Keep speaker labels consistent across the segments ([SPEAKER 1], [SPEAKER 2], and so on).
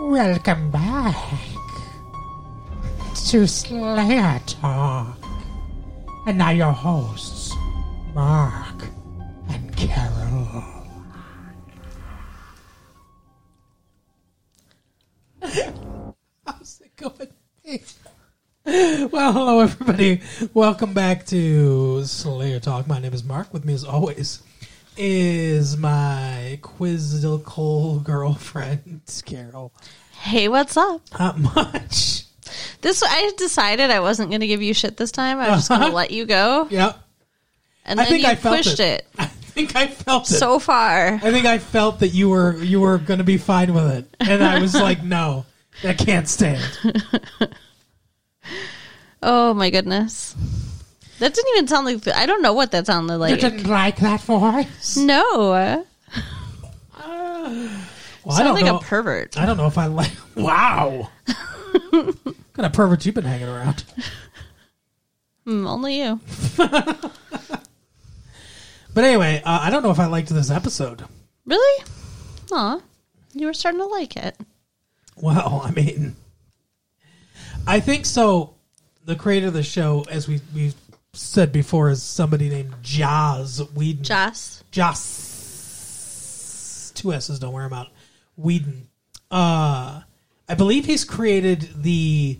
[SPEAKER 1] Welcome back to Slayer Talk. And now your hosts, Mark and Carol. How's it going? Hey. Well, hello everybody. Welcome back to Slayer Talk. My name is Mark. With me, as always, is my quizzical girlfriend Carol.
[SPEAKER 2] Hey, what's up?
[SPEAKER 1] Not much.
[SPEAKER 2] This I decided I wasn't going to give you shit this time. I was just going to
[SPEAKER 1] Uh-huh.
[SPEAKER 2] let you go,
[SPEAKER 1] Yep.
[SPEAKER 2] and
[SPEAKER 1] I
[SPEAKER 2] then
[SPEAKER 1] think
[SPEAKER 2] you
[SPEAKER 1] I felt
[SPEAKER 2] pushed
[SPEAKER 1] it.
[SPEAKER 2] it.
[SPEAKER 1] I think I felt it.
[SPEAKER 2] so far.
[SPEAKER 1] I think I felt that you were you were going to be fine with it, and I was like, no, that can't stand.
[SPEAKER 2] Oh my goodness, that didn't even sound like. I don't know what that sounded like.
[SPEAKER 1] like that voice.
[SPEAKER 2] no, uh,
[SPEAKER 1] Well, I
[SPEAKER 2] sounds
[SPEAKER 1] don't
[SPEAKER 2] like
[SPEAKER 1] know.
[SPEAKER 2] a pervert.
[SPEAKER 1] I don't know if I like. Wow. what kind of pervert you been hanging around?
[SPEAKER 2] Mm, only you.
[SPEAKER 1] But anyway, uh, I don't know if I liked this episode.
[SPEAKER 2] Really? Aw, you were starting to like it.
[SPEAKER 1] Well, I mean, I think so. The creator of the show, as we we said before, is somebody named Jaz Whedon.
[SPEAKER 2] Joss.
[SPEAKER 1] Joss. Two S's, don't wear them out. Whedon. Uh, I believe he's created the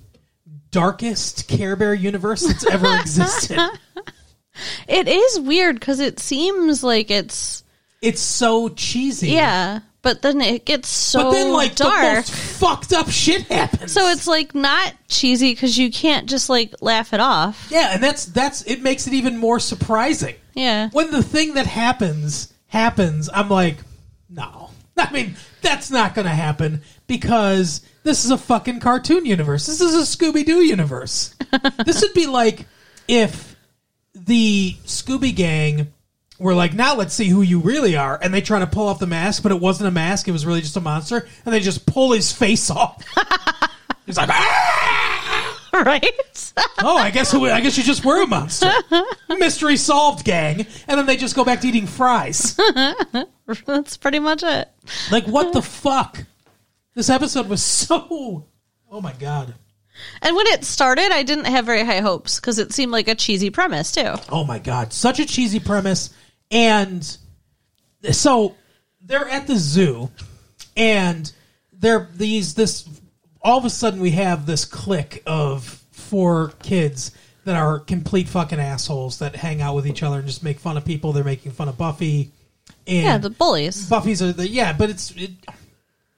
[SPEAKER 1] darkest Care Bear universe that's ever existed.
[SPEAKER 2] It is weird because it seems like it's
[SPEAKER 1] It's so cheesy.
[SPEAKER 2] yeah, but then it gets so
[SPEAKER 1] But then, like, the
[SPEAKER 2] dark.
[SPEAKER 1] most fucked up shit happens.
[SPEAKER 2] so it's like not cheesy because you can't just like laugh it off.
[SPEAKER 1] Yeah, and that's that's it makes it even more surprising.
[SPEAKER 2] Yeah.
[SPEAKER 1] When the thing that happens happens, I'm like, no. I mean, that's not going to happen because this is a fucking cartoon universe. This is a Scooby Doo universe. this would be like if the Scooby Gang were like, now let's see who you really are. And they try to pull off the mask, but it wasn't a mask. It was really just a monster. And they just pull his face off. He's like, ah!
[SPEAKER 2] right?
[SPEAKER 1] oh, I guess I guess you just were a monster. Mystery solved, gang. And then they just go back to eating fries.
[SPEAKER 2] That's pretty much it.
[SPEAKER 1] Like what the fuck? This episode was so. Oh my god.
[SPEAKER 2] And when it started, I didn't have very high hopes because it seemed like a cheesy premise too.
[SPEAKER 1] Oh my god. Such a cheesy premise. And so they're at the zoo, and they're these this. All of a sudden, we have this clique of four kids that are complete fucking assholes that hang out with each other and just make fun of people. They're making fun of Buffy. And
[SPEAKER 2] Yeah, the bullies.
[SPEAKER 1] Buffy's are the yeah, but it's it,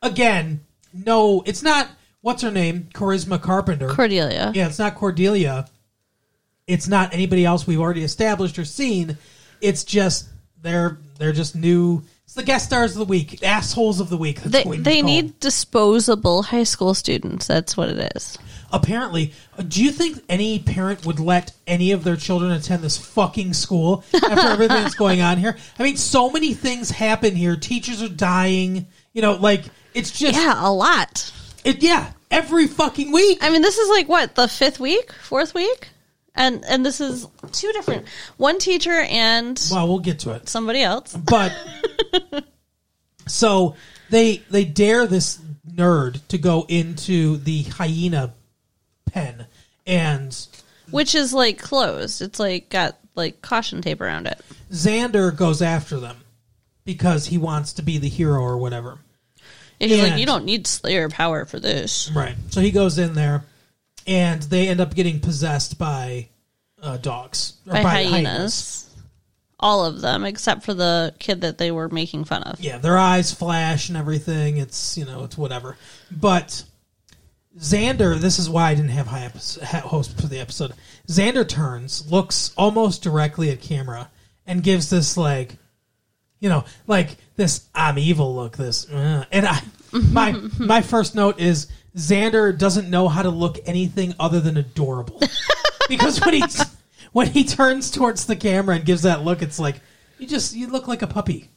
[SPEAKER 1] again no, it's not. What's her name? Charisma Carpenter.
[SPEAKER 2] Cordelia.
[SPEAKER 1] yeah, it's not Cordelia. It's not anybody else we've already established or seen. It's just they're they're just new. It's the guest stars of the week, assholes of the week. That's
[SPEAKER 2] They,
[SPEAKER 1] what we
[SPEAKER 2] they
[SPEAKER 1] call them.
[SPEAKER 2] need disposable high school students. That's what it is.
[SPEAKER 1] Apparently, uh, do you think any parent would let any of their children attend this fucking school after everything that's going on here? I mean, so many things happen here. Teachers are dying. You know, like it's just
[SPEAKER 2] Yeah, a lot.
[SPEAKER 1] It, yeah, every fucking week.
[SPEAKER 2] I mean, this is like what the fifth week, fourth week, and and this is two different. One teacher and
[SPEAKER 1] Well, we'll get to it.
[SPEAKER 2] somebody else.
[SPEAKER 1] But so they they dare this nerd to go into the hyena pen, and
[SPEAKER 2] which is like closed. It's like got like caution tape around it.
[SPEAKER 1] Xander goes after them because he wants to be the hero or whatever.
[SPEAKER 2] And he's like,
[SPEAKER 1] And-
[SPEAKER 2] you don't need Slayer power for this.
[SPEAKER 1] Right. So he goes in there, and they end up getting possessed by uh, dogs or
[SPEAKER 2] by, hyenas. All of them, except for the kid that they were making fun of.
[SPEAKER 1] yeah, their eyes flash and everything. It's you know it's whatever. But Xander, this is why I didn't have high episode, host for the episode. Xander turns, looks almost directly at camera, and gives this like, you know, like this I'm evil look. This uh, and I my my first note is Xander doesn't know how to look anything other than adorable because when he when he turns towards the camera and gives that look, it's like you just you look like a puppy.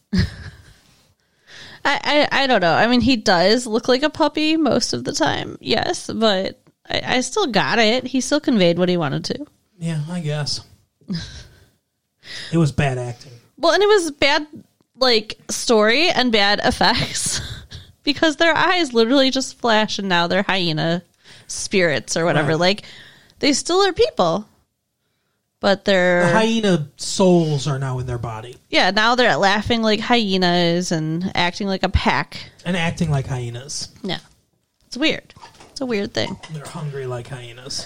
[SPEAKER 2] I, I, I don't know. I mean, he does look like a puppy most of the time, yes, but I, I still got it. He still conveyed what he wanted to.
[SPEAKER 1] Yeah, I guess. it was bad acting.
[SPEAKER 2] Well, and it was bad, like, story and bad effects because their eyes literally just flash and now they're hyena spirits or whatever.
[SPEAKER 1] Right.
[SPEAKER 2] Like they still are people. But
[SPEAKER 1] The
[SPEAKER 2] they're
[SPEAKER 1] hyena souls are now in their body
[SPEAKER 2] yeah, now they're laughing like hyenas and acting like a pack.
[SPEAKER 1] and acting like hyenas.
[SPEAKER 2] Yeah. It's weird. It's a weird thing.
[SPEAKER 1] They're hungry like hyenas.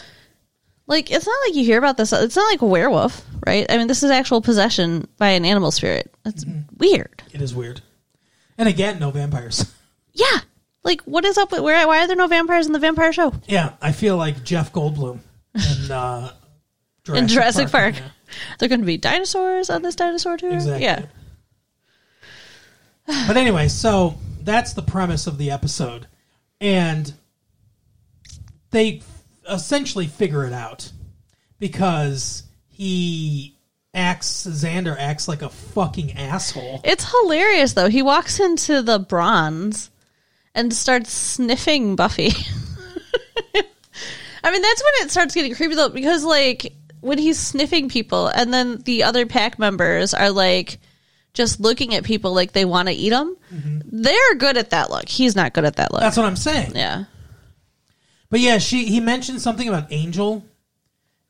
[SPEAKER 2] Like it's not like you hear about this. It's not like a werewolf, right? I mean, this is actual possession by an animal spirit. That's
[SPEAKER 1] Mm-hmm.
[SPEAKER 2] weird.
[SPEAKER 1] It is weird. And again, no vampires.
[SPEAKER 2] Yeah. Like, what is up with where? Why are there no vampires in the Vampire Show?
[SPEAKER 1] Yeah, I feel like Jeff Goldblum and uh, Jurassic
[SPEAKER 2] in Jurassic Park,
[SPEAKER 1] yeah.
[SPEAKER 2] they're going to be dinosaurs on this dinosaur tour.
[SPEAKER 1] Exactly.
[SPEAKER 2] Yeah.
[SPEAKER 1] but anyway, so that's the premise of the episode, and they essentially figure it out because he acts Xander acts like a fucking asshole.
[SPEAKER 2] It's hilarious though. He walks into the bronze and starts sniffing Buffy. I mean, that's when it starts getting creepy though, because like when he's sniffing people, and then the other pack members are like just looking at people like they want to eat them. They're good at that look. He's not good at that look.
[SPEAKER 1] That's what I'm saying.
[SPEAKER 2] yeah.
[SPEAKER 1] But yeah, she he mentioned something about Angel,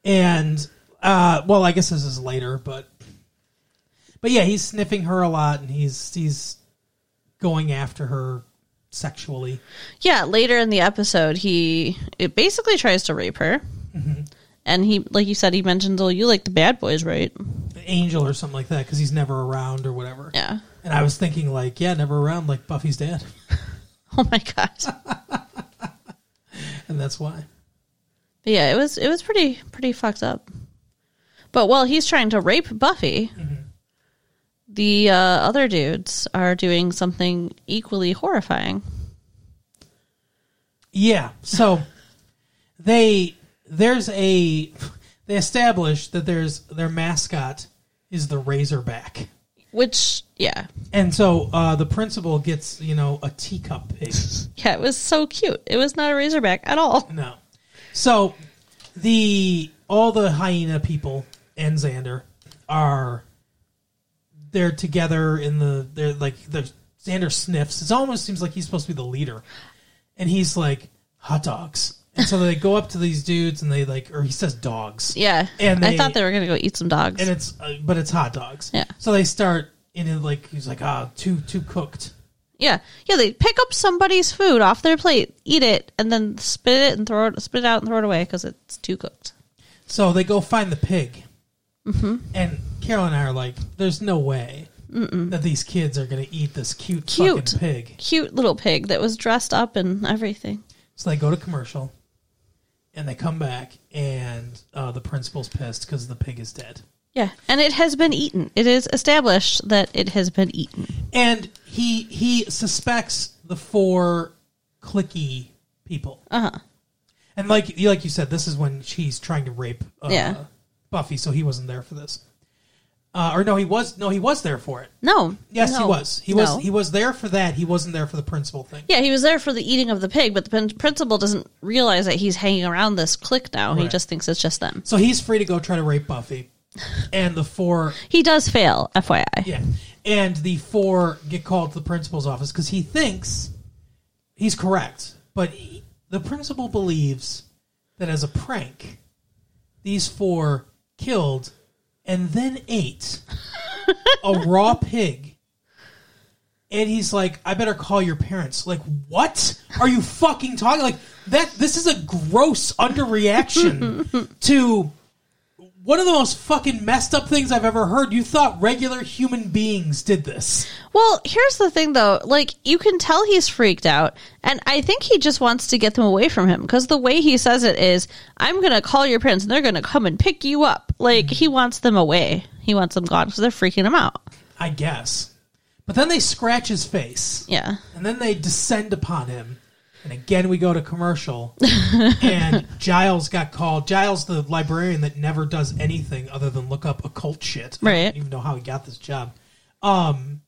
[SPEAKER 1] and uh, well, I guess this is later, but but yeah, he's sniffing her a lot, and he's he's going after her sexually.
[SPEAKER 2] Yeah, later in the episode, he it basically tries to rape her, and he, like you said, he mentions, "Oh, you like the bad boys, right?"
[SPEAKER 1] angel or something like that because he's never around or whatever.
[SPEAKER 2] Yeah.
[SPEAKER 1] And I was thinking like, yeah, never around like Buffy's dad,
[SPEAKER 2] Oh my gosh. But
[SPEAKER 1] and that's why.
[SPEAKER 2] yeah, it was it was pretty pretty fucked up. But while he's trying to rape Buffy,
[SPEAKER 1] Mm-hmm.
[SPEAKER 2] the uh, other dudes are doing something equally horrifying.
[SPEAKER 1] Yeah. So they there's a they established that there's their mascot is the Razorback,
[SPEAKER 2] Which, yeah,
[SPEAKER 1] and so uh, the principal gets you know a teacup pig.
[SPEAKER 2] yeah, it was so cute. It was not a razorback at all.
[SPEAKER 1] No. So the all the hyena people and Xander are they're together in the they're like the Xander sniffs. It almost seems like he's supposed to be the leader. And he's like, hot dogs. And so they go up to these dudes and they like or he says dogs.
[SPEAKER 2] Yeah,
[SPEAKER 1] And
[SPEAKER 2] I
[SPEAKER 1] they-
[SPEAKER 2] thought they were gonna go eat some dogs.
[SPEAKER 1] And it's uh, but it's hot dogs.
[SPEAKER 2] Yeah.
[SPEAKER 1] So they start and it like he's like, ah, too too cooked.
[SPEAKER 2] Yeah, yeah. They pick up somebody's food off their plate, eat it, and then spit it and throw it, spit it out and throw it away because it's too cooked.
[SPEAKER 1] So they go find the pig.
[SPEAKER 2] Mm-hmm.
[SPEAKER 1] And Carol and I are like, there's no way that these kids are going to eat this cute,
[SPEAKER 2] Cute.
[SPEAKER 1] fucking pig.
[SPEAKER 2] Cute little pig that was dressed up and everything.
[SPEAKER 1] So they go to commercial and they come back, and uh, the principal's pissed because the pig is dead.
[SPEAKER 2] Yeah, and it has been eaten. It is established that it has been eaten.
[SPEAKER 1] And he he suspects the four clicky people.
[SPEAKER 2] Uh huh.
[SPEAKER 1] And like you- like you said, this is when she's trying to rape uh,
[SPEAKER 2] Yeah.
[SPEAKER 1] Buffy, so he wasn't there for this. Uh, or no, he was no, he was there for it.
[SPEAKER 2] No.
[SPEAKER 1] Yes, he
[SPEAKER 2] no,
[SPEAKER 1] was. He was.
[SPEAKER 2] no.
[SPEAKER 1] He was there for that. He wasn't there for the principal thing.
[SPEAKER 2] yeah, he was there for the eating of the pig, but the prin- principal doesn't realize that he's hanging around this clique now. He
[SPEAKER 1] Right.
[SPEAKER 2] just thinks it's just them.
[SPEAKER 1] So he's free to go try to rape Buffy, and the four.
[SPEAKER 2] He does fail, FYI.
[SPEAKER 1] Yeah, and the four get called to the principal's office because he thinks he's correct, but he, the principal believes that as a prank, these four killed and then ate a raw pig. And he's like, I better call your parents. Like, what are you fucking talking? Like that. This is a gross underreaction to one of the most fucking messed up things I've ever heard. You thought regular human beings did this.
[SPEAKER 2] Well, here's the thing though. Like, you can tell he's freaked out. And I think he just wants to get them away from him because the way he says it is, I'm going to call your parents and they're going to come and pick you up. Like, he wants them away. He wants them gone because they're freaking him out.
[SPEAKER 1] I guess. But then they scratch his face.
[SPEAKER 2] Yeah.
[SPEAKER 1] And then they descend upon him. And again, we go to commercial. and Giles got called. Giles, the librarian that never does anything other than look up occult shit. I
[SPEAKER 2] Right.
[SPEAKER 1] don't even know how he got this job. Um,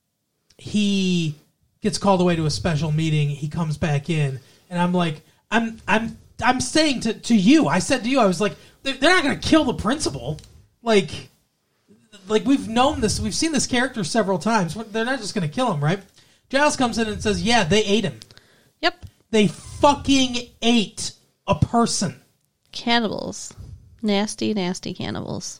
[SPEAKER 1] he gets called away to a special meeting. He comes back in, and I'm like, I'm, I'm, I'm saying to to you. I said to you, I was like, they're they're not going to kill the principal. Like, like we've known this, we've seen this character several times. They're not just going to kill him, right? Giles comes in and says, "Yeah, they ate him."
[SPEAKER 2] Yep.
[SPEAKER 1] They fucking ate a person.
[SPEAKER 2] Cannibals. Nasty, nasty cannibals.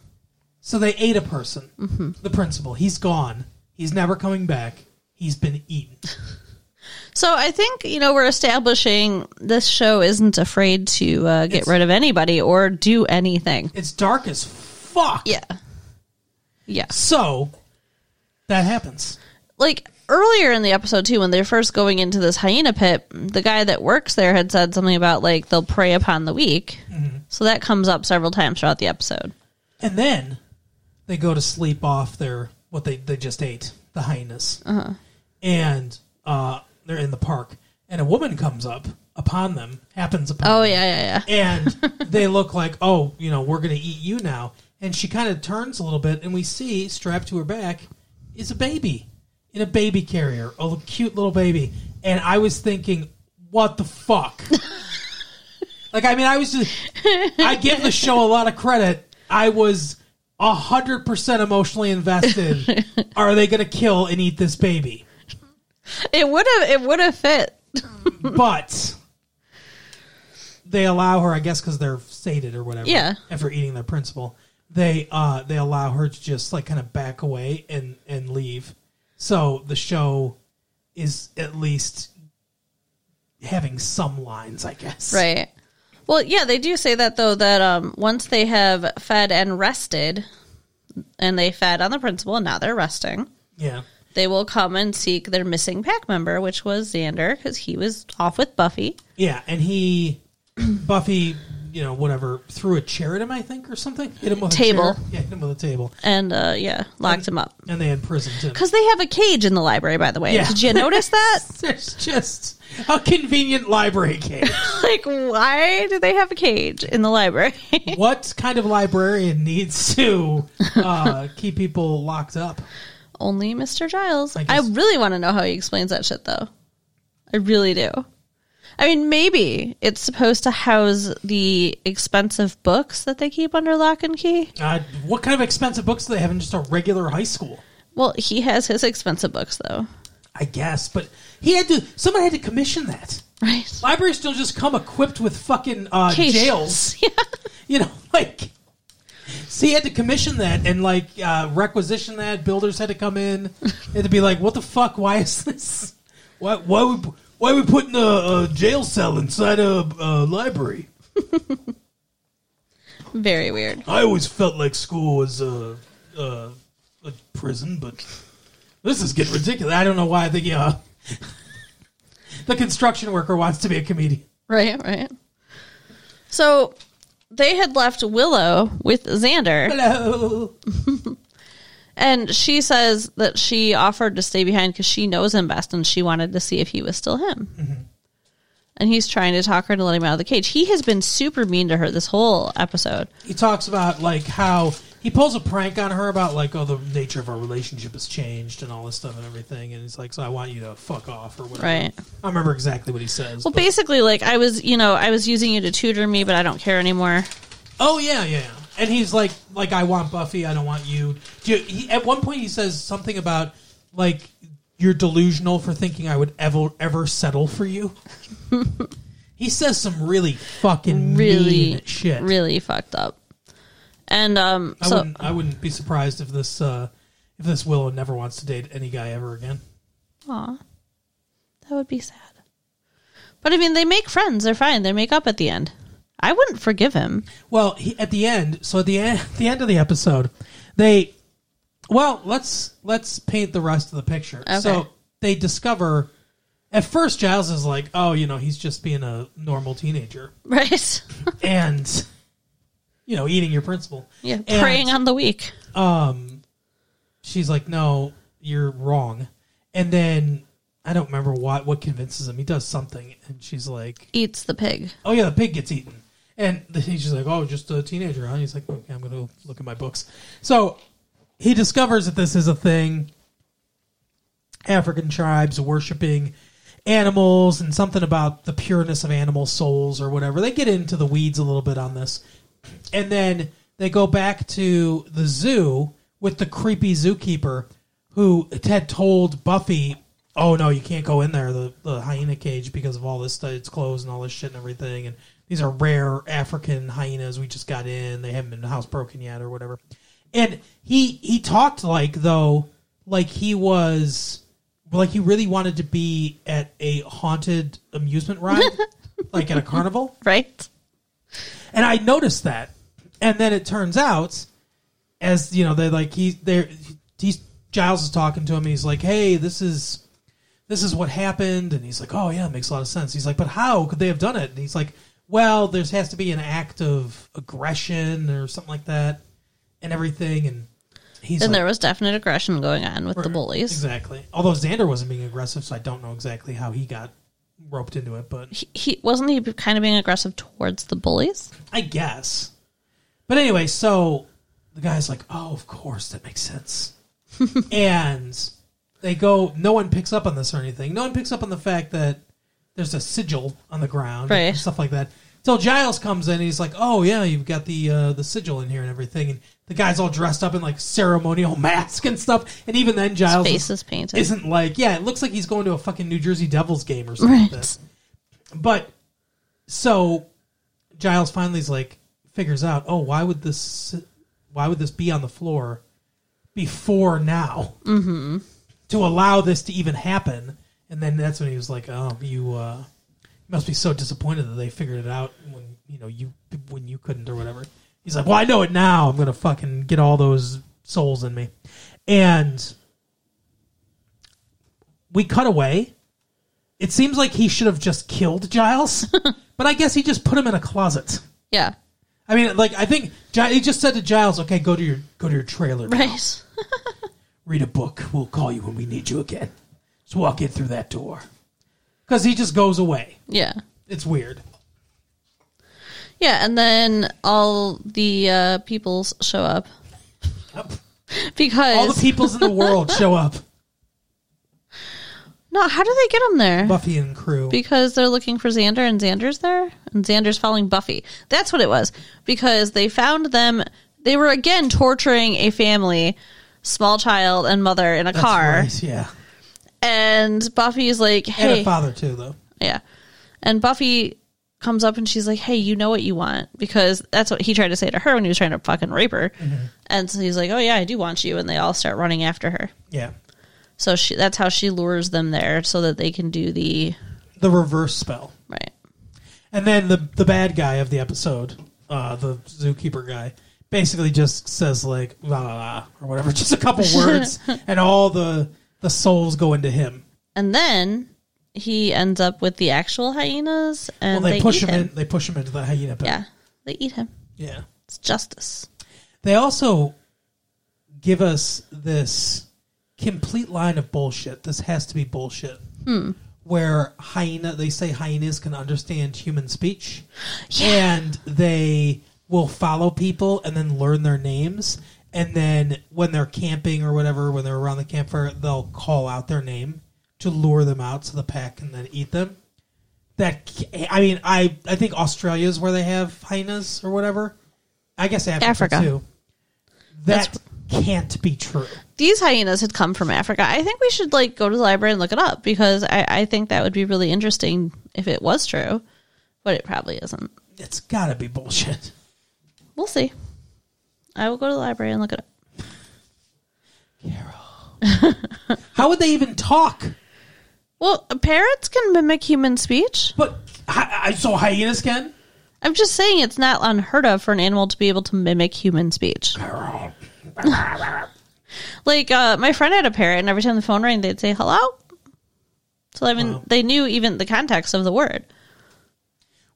[SPEAKER 1] So they ate a person. The principal. He's gone. He's never coming back. He's been eaten.
[SPEAKER 2] So I think, you know, we're establishing this show isn't afraid to uh, get
[SPEAKER 1] It's-
[SPEAKER 2] rid of anybody or do anything.
[SPEAKER 1] It's dark as fuck.
[SPEAKER 2] Yeah. Yeah.
[SPEAKER 1] So that happens.
[SPEAKER 2] like earlier in the episode too when they're first going into this hyena pit the guy that works there had said something about like they'll prey upon the weak so that comes up several times throughout the episode
[SPEAKER 1] And then they go to sleep off their what they, they just ate, the hyenas. And uh, they're in the park. And a woman comes up upon them, happens upon
[SPEAKER 2] oh
[SPEAKER 1] them.
[SPEAKER 2] yeah yeah yeah
[SPEAKER 1] and they look like, oh, you know, we're going to eat you now. And she kind of turns a little bit, and we see strapped to her back is a baby in a baby carrier, a little- cute little baby. And I was thinking, what the fuck? like, I mean, I was just, I give the show a lot of credit. I was. 100% emotionally invested. Are they going to kill and eat this baby?
[SPEAKER 2] it would have it would have fit
[SPEAKER 1] but they allow her, I guess, because they're sated or whatever.
[SPEAKER 2] Yeah.
[SPEAKER 1] After eating their principal, they uh they allow her to just like kind of back away and and leave. So the show is at least having some lines, I guess.
[SPEAKER 2] right well yeah they do say that though that um once they have fed and rested and they fed on the principal and now they're resting
[SPEAKER 1] Yeah.
[SPEAKER 2] they will come and seek their missing pack member which was xander because he was off with buffy
[SPEAKER 1] Yeah, and he Buffy, you know, whatever, threw a chair at him, I think, or something. Hit him with
[SPEAKER 2] Table.
[SPEAKER 1] a chair. Yeah, hit him with a table.
[SPEAKER 2] and uh yeah locked him up
[SPEAKER 1] And they imprisoned him.
[SPEAKER 2] Because they have a cage in the library, by the way.
[SPEAKER 1] Yeah.
[SPEAKER 2] Did you notice that?
[SPEAKER 1] There's just a convenient library cage.
[SPEAKER 2] like, why do they have a cage in the library?
[SPEAKER 1] what kind of librarian needs to uh, keep people locked up?
[SPEAKER 2] Only Mr. Giles.
[SPEAKER 1] I
[SPEAKER 2] I,
[SPEAKER 1] guess-
[SPEAKER 2] really want to know how he explains that shit, though. I really do. I mean, maybe it's supposed to house the expensive books that they keep under lock and key.
[SPEAKER 1] Uh, what kind of expensive books do they have in just a regular high school?
[SPEAKER 2] Well, he has his expensive books, though.
[SPEAKER 1] I guess, but he had to. Someone had to commission that.
[SPEAKER 2] Right.
[SPEAKER 1] Libraries don't just come equipped with fucking uh, jails,
[SPEAKER 2] Yeah.
[SPEAKER 1] you know. Like, so he had to commission that and like uh, requisition that. Builders had to come in. They had to be like, "What the fuck? Why is this? Why? Why we? Why are we putting a, a jail cell inside a, a library?"
[SPEAKER 2] Very weird.
[SPEAKER 1] I always felt like school was a, a, a prison, but this is getting ridiculous. I don't know why the uh, the construction worker wants to be a comedian.
[SPEAKER 2] Right, right. So they had left Willow with Xander.
[SPEAKER 1] Hello.
[SPEAKER 2] And she says that she offered to stay behind because she knows him best and she wanted to see if he was still him.
[SPEAKER 1] Mm-hmm.
[SPEAKER 2] And he's trying to talk her to let him out of the cage. He has been super mean to her this whole episode.
[SPEAKER 1] He talks about like how he pulls a prank on her about like oh the nature of our relationship has changed and all this stuff and everything, and he's like, so I want you to fuck off or whatever.
[SPEAKER 2] Right.
[SPEAKER 1] I remember exactly what he says.
[SPEAKER 2] Well,
[SPEAKER 1] but-
[SPEAKER 2] basically, like, I was, you know, I was using you to tutor me, but I don't care anymore.
[SPEAKER 1] Oh yeah, yeah. yeah. And he's like, like I want Buffy. I don't want you. Do you he, at one point, he says something about like you're delusional for thinking I would ever ever settle for you. he says some really fucking
[SPEAKER 2] Really,
[SPEAKER 1] mean shit.
[SPEAKER 2] really fucked up. And, um,
[SPEAKER 1] I
[SPEAKER 2] so,
[SPEAKER 1] wouldn't. I wouldn't be surprised if this uh, if this Willow never wants to date any guy ever again.
[SPEAKER 2] aw, that would be sad. But I mean, they make friends. They're fine. They make up at the end. I wouldn't forgive him.
[SPEAKER 1] Well, he, at the end, so at the end, the end of the episode, they, well, let's let's paint the rest of the picture. So
[SPEAKER 2] Okay.
[SPEAKER 1] they discover. At first, Giles is like, "Oh, you know, he's just being a normal teenager
[SPEAKER 2] Right?
[SPEAKER 1] and, you know, eating your principal."
[SPEAKER 2] yeah.
[SPEAKER 1] And,
[SPEAKER 2] Preying on the weak.
[SPEAKER 1] Um, she's like, "No, you're wrong," and then I don't remember what what convinces him. He does something, and she's like,
[SPEAKER 2] eats the pig.
[SPEAKER 1] oh yeah, the pig gets eaten. And the teacher's like, oh, just a teenager, huh? He's like, okay, I'm going to look at my books. So he discovers that this is a thing. African tribes worshiping animals and something about the pureness of animal souls or whatever. They get into the weeds a little bit on this. And then they go back to the zoo with the creepy zookeeper who had told Buffy oh no, you can't go in there the, the hyena cage because of all this stuff. It's closed and all this shit and everything. And these are rare African hyenas we just got in. They haven't been housebroken yet or whatever. And he he talked like though like he was like he really wanted to be at a haunted amusement ride, like at a carnival.
[SPEAKER 2] right?
[SPEAKER 1] And I noticed that. And then it turns out, as you know, they like he they he's Giles is talking to him. And he's like, "Hey, this is this is what happened," and he's like, "Oh yeah, it makes a lot of sense." He's like, "But how could they have done it?" And he's like, "Well, there's has to be an act of aggression or something like that, and everything." And he's
[SPEAKER 2] Then
[SPEAKER 1] like,
[SPEAKER 2] there was definite aggression going on with the bullies.
[SPEAKER 1] exactly. Although Xander wasn't being aggressive, so I don't know exactly how he got roped into it, but
[SPEAKER 2] He, he wasn't he kind of being aggressive towards the bullies.
[SPEAKER 1] I guess. But anyway, so the guy's like, "Oh, of course, that makes sense." and they go. No one picks up on this or anything. No one picks up on the fact that there's a sigil on the ground
[SPEAKER 2] Right.
[SPEAKER 1] and stuff like that. Till Giles comes in, and he's like, "Oh yeah, you've got the uh, the sigil in here and everything." And the guy's all dressed up in like ceremonial mask and stuff. And even then, Giles
[SPEAKER 2] Face is painted.
[SPEAKER 1] isn't like, yeah, it looks like he's going to a fucking New Jersey Devils game or something. Like that.
[SPEAKER 2] Right.
[SPEAKER 1] But so Giles finally's like figures out, oh, why would this why would this be on the floor before now? Mm-hmm. To allow this to even happen. And then that's when he was like, Oh, you uh must be so disappointed that they figured it out when you know you when you couldn't or whatever. He's like, Well, I know it now. I'm gonna fucking get all those souls in me. And we cut away it seems like he should have just killed Giles, but I guess he just put him in a closet.
[SPEAKER 2] Yeah.
[SPEAKER 1] I mean, like I think Gi- he just said to Giles, "Okay, go to your go to your trailer, now.
[SPEAKER 2] Right.
[SPEAKER 1] read a book. We'll call you when we need you again. Just walk in through that door." Because he just goes away.
[SPEAKER 2] Yeah.
[SPEAKER 1] It's weird.
[SPEAKER 2] Yeah, and then all the uh, peoples show up
[SPEAKER 1] Yep.
[SPEAKER 2] because
[SPEAKER 1] All the peoples in the world show up.
[SPEAKER 2] no, how do they get them there?
[SPEAKER 1] Buffy and crew.
[SPEAKER 2] Because they're looking for Xander and Xander's there and Xander's following Buffy. That's what it was. Because they found them they were again torturing a family, small child and mother in a
[SPEAKER 1] That's
[SPEAKER 2] car.
[SPEAKER 1] right, yeah.
[SPEAKER 2] And Buffy's like,
[SPEAKER 1] And
[SPEAKER 2] "Hey,
[SPEAKER 1] a father too, though.
[SPEAKER 2] yeah." And Buffy comes up and she's like, "Hey, you know what you want?" Because that's what he tried to say to her when he was trying to fucking rape her.
[SPEAKER 1] Mm-hmm.
[SPEAKER 2] And so he's like, "Oh yeah, I do want you." And they all start running after her.
[SPEAKER 1] Yeah.
[SPEAKER 2] So she, that's how she lures them there so that they can do the
[SPEAKER 1] The reverse spell.
[SPEAKER 2] right.
[SPEAKER 1] And then the the bad guy of the episode, uh, the zookeeper guy, basically just says like la la la or whatever, just a couple words, and all the the souls go into him.
[SPEAKER 2] And then he ends up with the actual hyenas
[SPEAKER 1] Well,
[SPEAKER 2] and
[SPEAKER 1] they,
[SPEAKER 2] they,
[SPEAKER 1] push him,
[SPEAKER 2] eat him.
[SPEAKER 1] in. They push him into the hyena pit.
[SPEAKER 2] Yeah, they eat him.
[SPEAKER 1] yeah.
[SPEAKER 2] It's justice.
[SPEAKER 1] They also give us this complete line of bullshit. This has to be bullshit. Where hyena, they say hyenas can understand human speech, and they will follow people and then learn their names. And then when they're camping or whatever, when they're around the campfire, they'll call out their name to lure them out to the pack and then eat them. That ca- I mean, I I think Australia is where they have hyenas or whatever. I guess Africa,
[SPEAKER 2] Africa.
[SPEAKER 1] too. That can't be true.
[SPEAKER 2] These hyenas had come from Africa. I think we should like go to the library and look it up because I, I think that would be really interesting if it was true, but it probably isn't.
[SPEAKER 1] It's got to be bullshit.
[SPEAKER 2] We'll see. I will go to the library and look it up.
[SPEAKER 1] How would they even talk?
[SPEAKER 2] Well, parrots can mimic human speech.
[SPEAKER 1] But I, I so hyenas can.
[SPEAKER 2] I'm just saying it's not unheard of for an animal to be able to mimic human speech. like uh, my friend had a parrot, and every time the phone rang, they'd say hello. So I mean,
[SPEAKER 1] Wow.
[SPEAKER 2] they knew even the context of the word.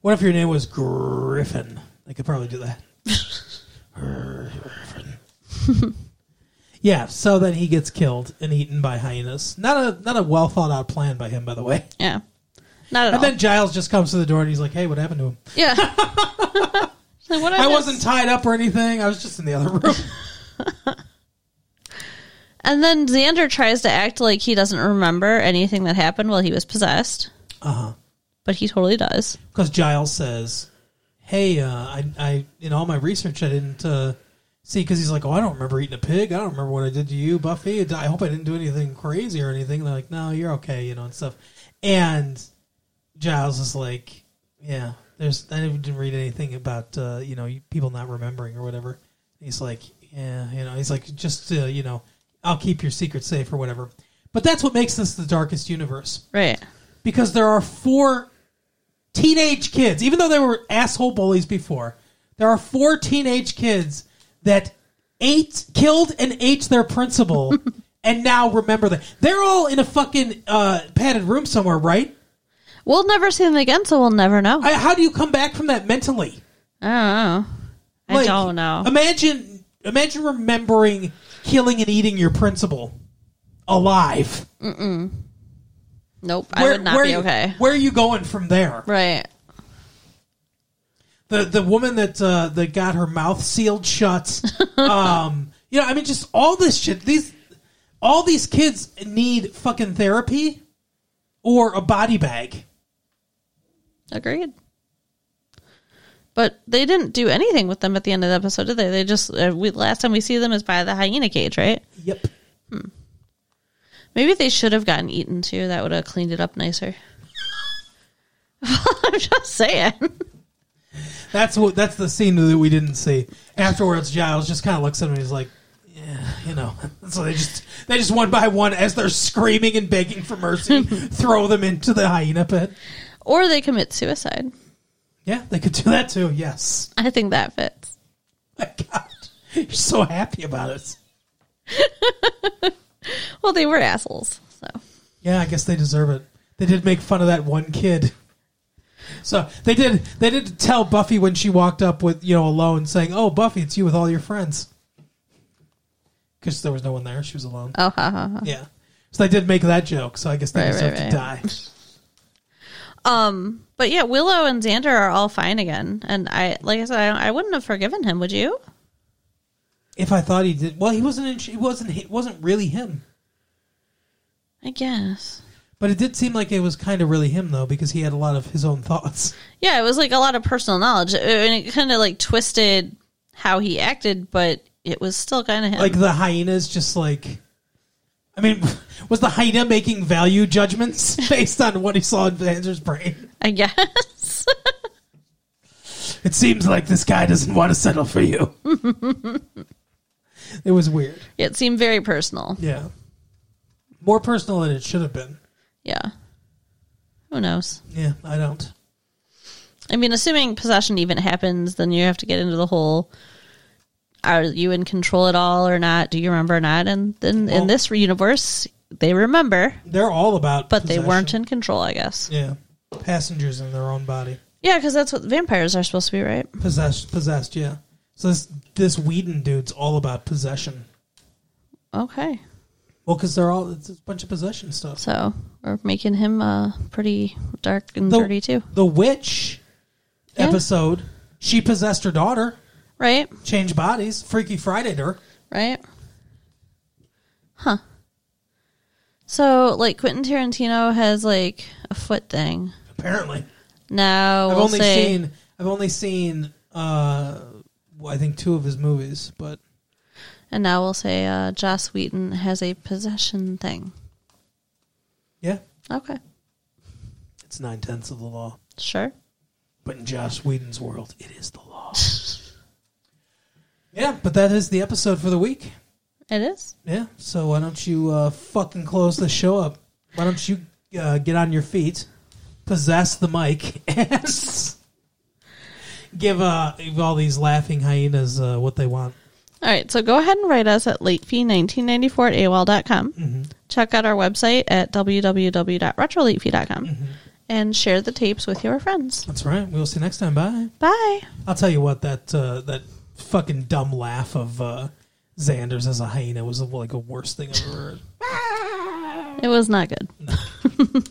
[SPEAKER 1] What if your name was Griffin? They could probably do that. yeah. So then he gets killed and eaten by hyenas. Not a not a well thought out plan by him, by the way.
[SPEAKER 2] Yeah, not at all.
[SPEAKER 1] And then Giles just comes to the door and he's like, "Hey, what happened to him?
[SPEAKER 2] yeah, Like, what
[SPEAKER 1] I
[SPEAKER 2] miss?
[SPEAKER 1] wasn't tied up or anything. I was just in the other room."
[SPEAKER 2] And then Xander tries to act like he doesn't remember anything that happened while he was possessed,
[SPEAKER 1] Uh huh.
[SPEAKER 2] but he totally does.
[SPEAKER 1] because Giles says, "Hey, uh, I, I in all my research, I didn't uh, See, because he's like, oh, I don't remember eating a pig. I don't remember what I did to you, Buffy. I hope I didn't do anything crazy or anything. And they're like, no, you're okay, you know, and stuff. And Giles is like, yeah, there's I didn't read anything about uh, you know people not remembering or whatever. He's like, yeah, you know, he's like, just uh, you know, I'll keep your secret safe or whatever. But that's what makes this the darkest universe
[SPEAKER 2] Right.
[SPEAKER 1] because there are four teenage kids, even though they were asshole bullies before, there are four teenage kids that ate, killed, and ate their principal, and now remember that they're all in a fucking uh, padded room somewhere, right?
[SPEAKER 2] We'll never see them again, so we'll never know. I,
[SPEAKER 1] I, how do you come back from that mentally?
[SPEAKER 2] don't know. I
[SPEAKER 1] Like, um,
[SPEAKER 2] don't know.
[SPEAKER 1] Imagine, imagine remembering killing and eating your principal alive.
[SPEAKER 2] nope. I would not be
[SPEAKER 1] you-
[SPEAKER 2] okay.
[SPEAKER 1] Where are you going from there?
[SPEAKER 2] Right.
[SPEAKER 1] the the woman that uh, that got her mouth sealed shut. um, you know, I mean, just all this shit. These all these kids need fucking therapy or a body bag.
[SPEAKER 2] Agreed. But they didn't do anything with them at the end of the episode, did they? They just uh, we, last time we see them is by the hyena cage, right?
[SPEAKER 1] Yep.
[SPEAKER 2] Maybe they should have gotten eaten too. That would have cleaned it up nicer. I'm just saying.
[SPEAKER 1] That's what. That's the scene that we didn't see. Afterwards, Giles just kind of looks at him. and He's like, "Yeah, you know." So they just they just one by one, as they're screaming and begging for mercy, throw them into the hyena pit.
[SPEAKER 2] Or they commit suicide.
[SPEAKER 1] Yeah, they could do that too. Yes.
[SPEAKER 2] I think that fits.
[SPEAKER 1] My God, you're so happy about it.
[SPEAKER 2] Well, they were assholes. So
[SPEAKER 1] Yeah, I guess they deserve it. They did make fun of that one kid. So they did. They did tell Buffy when she walked up with you know alone, saying, "Oh, Buffy, it's you with all your friends," because there was no one there. She was alone.
[SPEAKER 2] oh ha ha ha.
[SPEAKER 1] Yeah. So they did make that joke. So I guess they
[SPEAKER 2] Right,
[SPEAKER 1] deserve to
[SPEAKER 2] right,
[SPEAKER 1] die.
[SPEAKER 2] right. Um, but yeah, Willow and Xander are all fine again, and I like I said, I, I wouldn't have forgiven him. Would you?
[SPEAKER 1] If I thought he did, well, he wasn't. In, he wasn't. It wasn't really him.
[SPEAKER 2] I guess.
[SPEAKER 1] But it did seem like it was kind of really him though, because he had a lot of his own thoughts.
[SPEAKER 2] Yeah, it was like a lot of personal knowledge, Uh, and it kind of like twisted how he acted, but it was still kind of him.
[SPEAKER 1] Like the hyenas, just like. I mean, was the hyena making value judgments based on what he saw in Xander's brain?
[SPEAKER 2] I guess.
[SPEAKER 1] It seems like this guy doesn't want to settle for you. it was weird.
[SPEAKER 2] it seemed very personal.
[SPEAKER 1] Yeah. More personal than it should have been.
[SPEAKER 2] Yeah. Who knows?
[SPEAKER 1] Yeah, I don't.
[SPEAKER 2] I mean, assuming possession even happens, then you have to get into the whole are you in control at all or not? Do you remember or not? And then
[SPEAKER 1] Well-
[SPEAKER 2] in this universe, they remember,
[SPEAKER 1] They're all about
[SPEAKER 2] but they weren't
[SPEAKER 1] possession.
[SPEAKER 2] in control, I guess.
[SPEAKER 1] Yeah. Passengers in their own body.
[SPEAKER 2] Yeah, because that's what vampires are supposed to be, right?
[SPEAKER 1] Possessed possessed, yeah. So this this Whedon dude's all about possession.
[SPEAKER 2] Okay.
[SPEAKER 1] Well, because they're all it's a bunch of possession stuff.
[SPEAKER 2] So we're making him uh, pretty dark and
[SPEAKER 1] The-
[SPEAKER 2] dirty, too.
[SPEAKER 1] The witch
[SPEAKER 2] Yeah.
[SPEAKER 1] episode, she possessed her daughter,
[SPEAKER 2] Right?
[SPEAKER 1] changed bodies, Freaky Friday her.
[SPEAKER 2] Right? Huh. So, like, Quentin Tarantino has, like, a foot thing.
[SPEAKER 1] Apparently.
[SPEAKER 2] Now,
[SPEAKER 1] I've
[SPEAKER 2] we'll
[SPEAKER 1] only
[SPEAKER 2] say,
[SPEAKER 1] seen I've only seen uh, well, I think two of his movies, but
[SPEAKER 2] and now we'll say uh, Joss Wheaton has a possession thing.
[SPEAKER 1] yeah,
[SPEAKER 2] Okay.
[SPEAKER 1] it's nine tenths of the law.
[SPEAKER 2] Sure.
[SPEAKER 1] But in Josh Whedon's world, it is the law. yeah, but that is the episode for the week.
[SPEAKER 2] It is.
[SPEAKER 1] Yeah, so why don't you uh, fucking close the show up? Why don't you uh, get on your feet, possess the mic, and give uh, give all these laughing hyenas uh, what they want.
[SPEAKER 2] All right, so go ahead and write us at latefee1994 at AOL.com.
[SPEAKER 1] Mm-hmm.
[SPEAKER 2] Check out our website at www.retrolatefee.com and share the tapes with your friends.
[SPEAKER 1] Mm-hmm. That's right. We'll see you next time. Bye.
[SPEAKER 2] Bye.
[SPEAKER 1] I'll tell you what that uh, that fucking dumb laugh of uh, Xander's as a hyena was like the worst thing I've ever heard.
[SPEAKER 2] It was not good.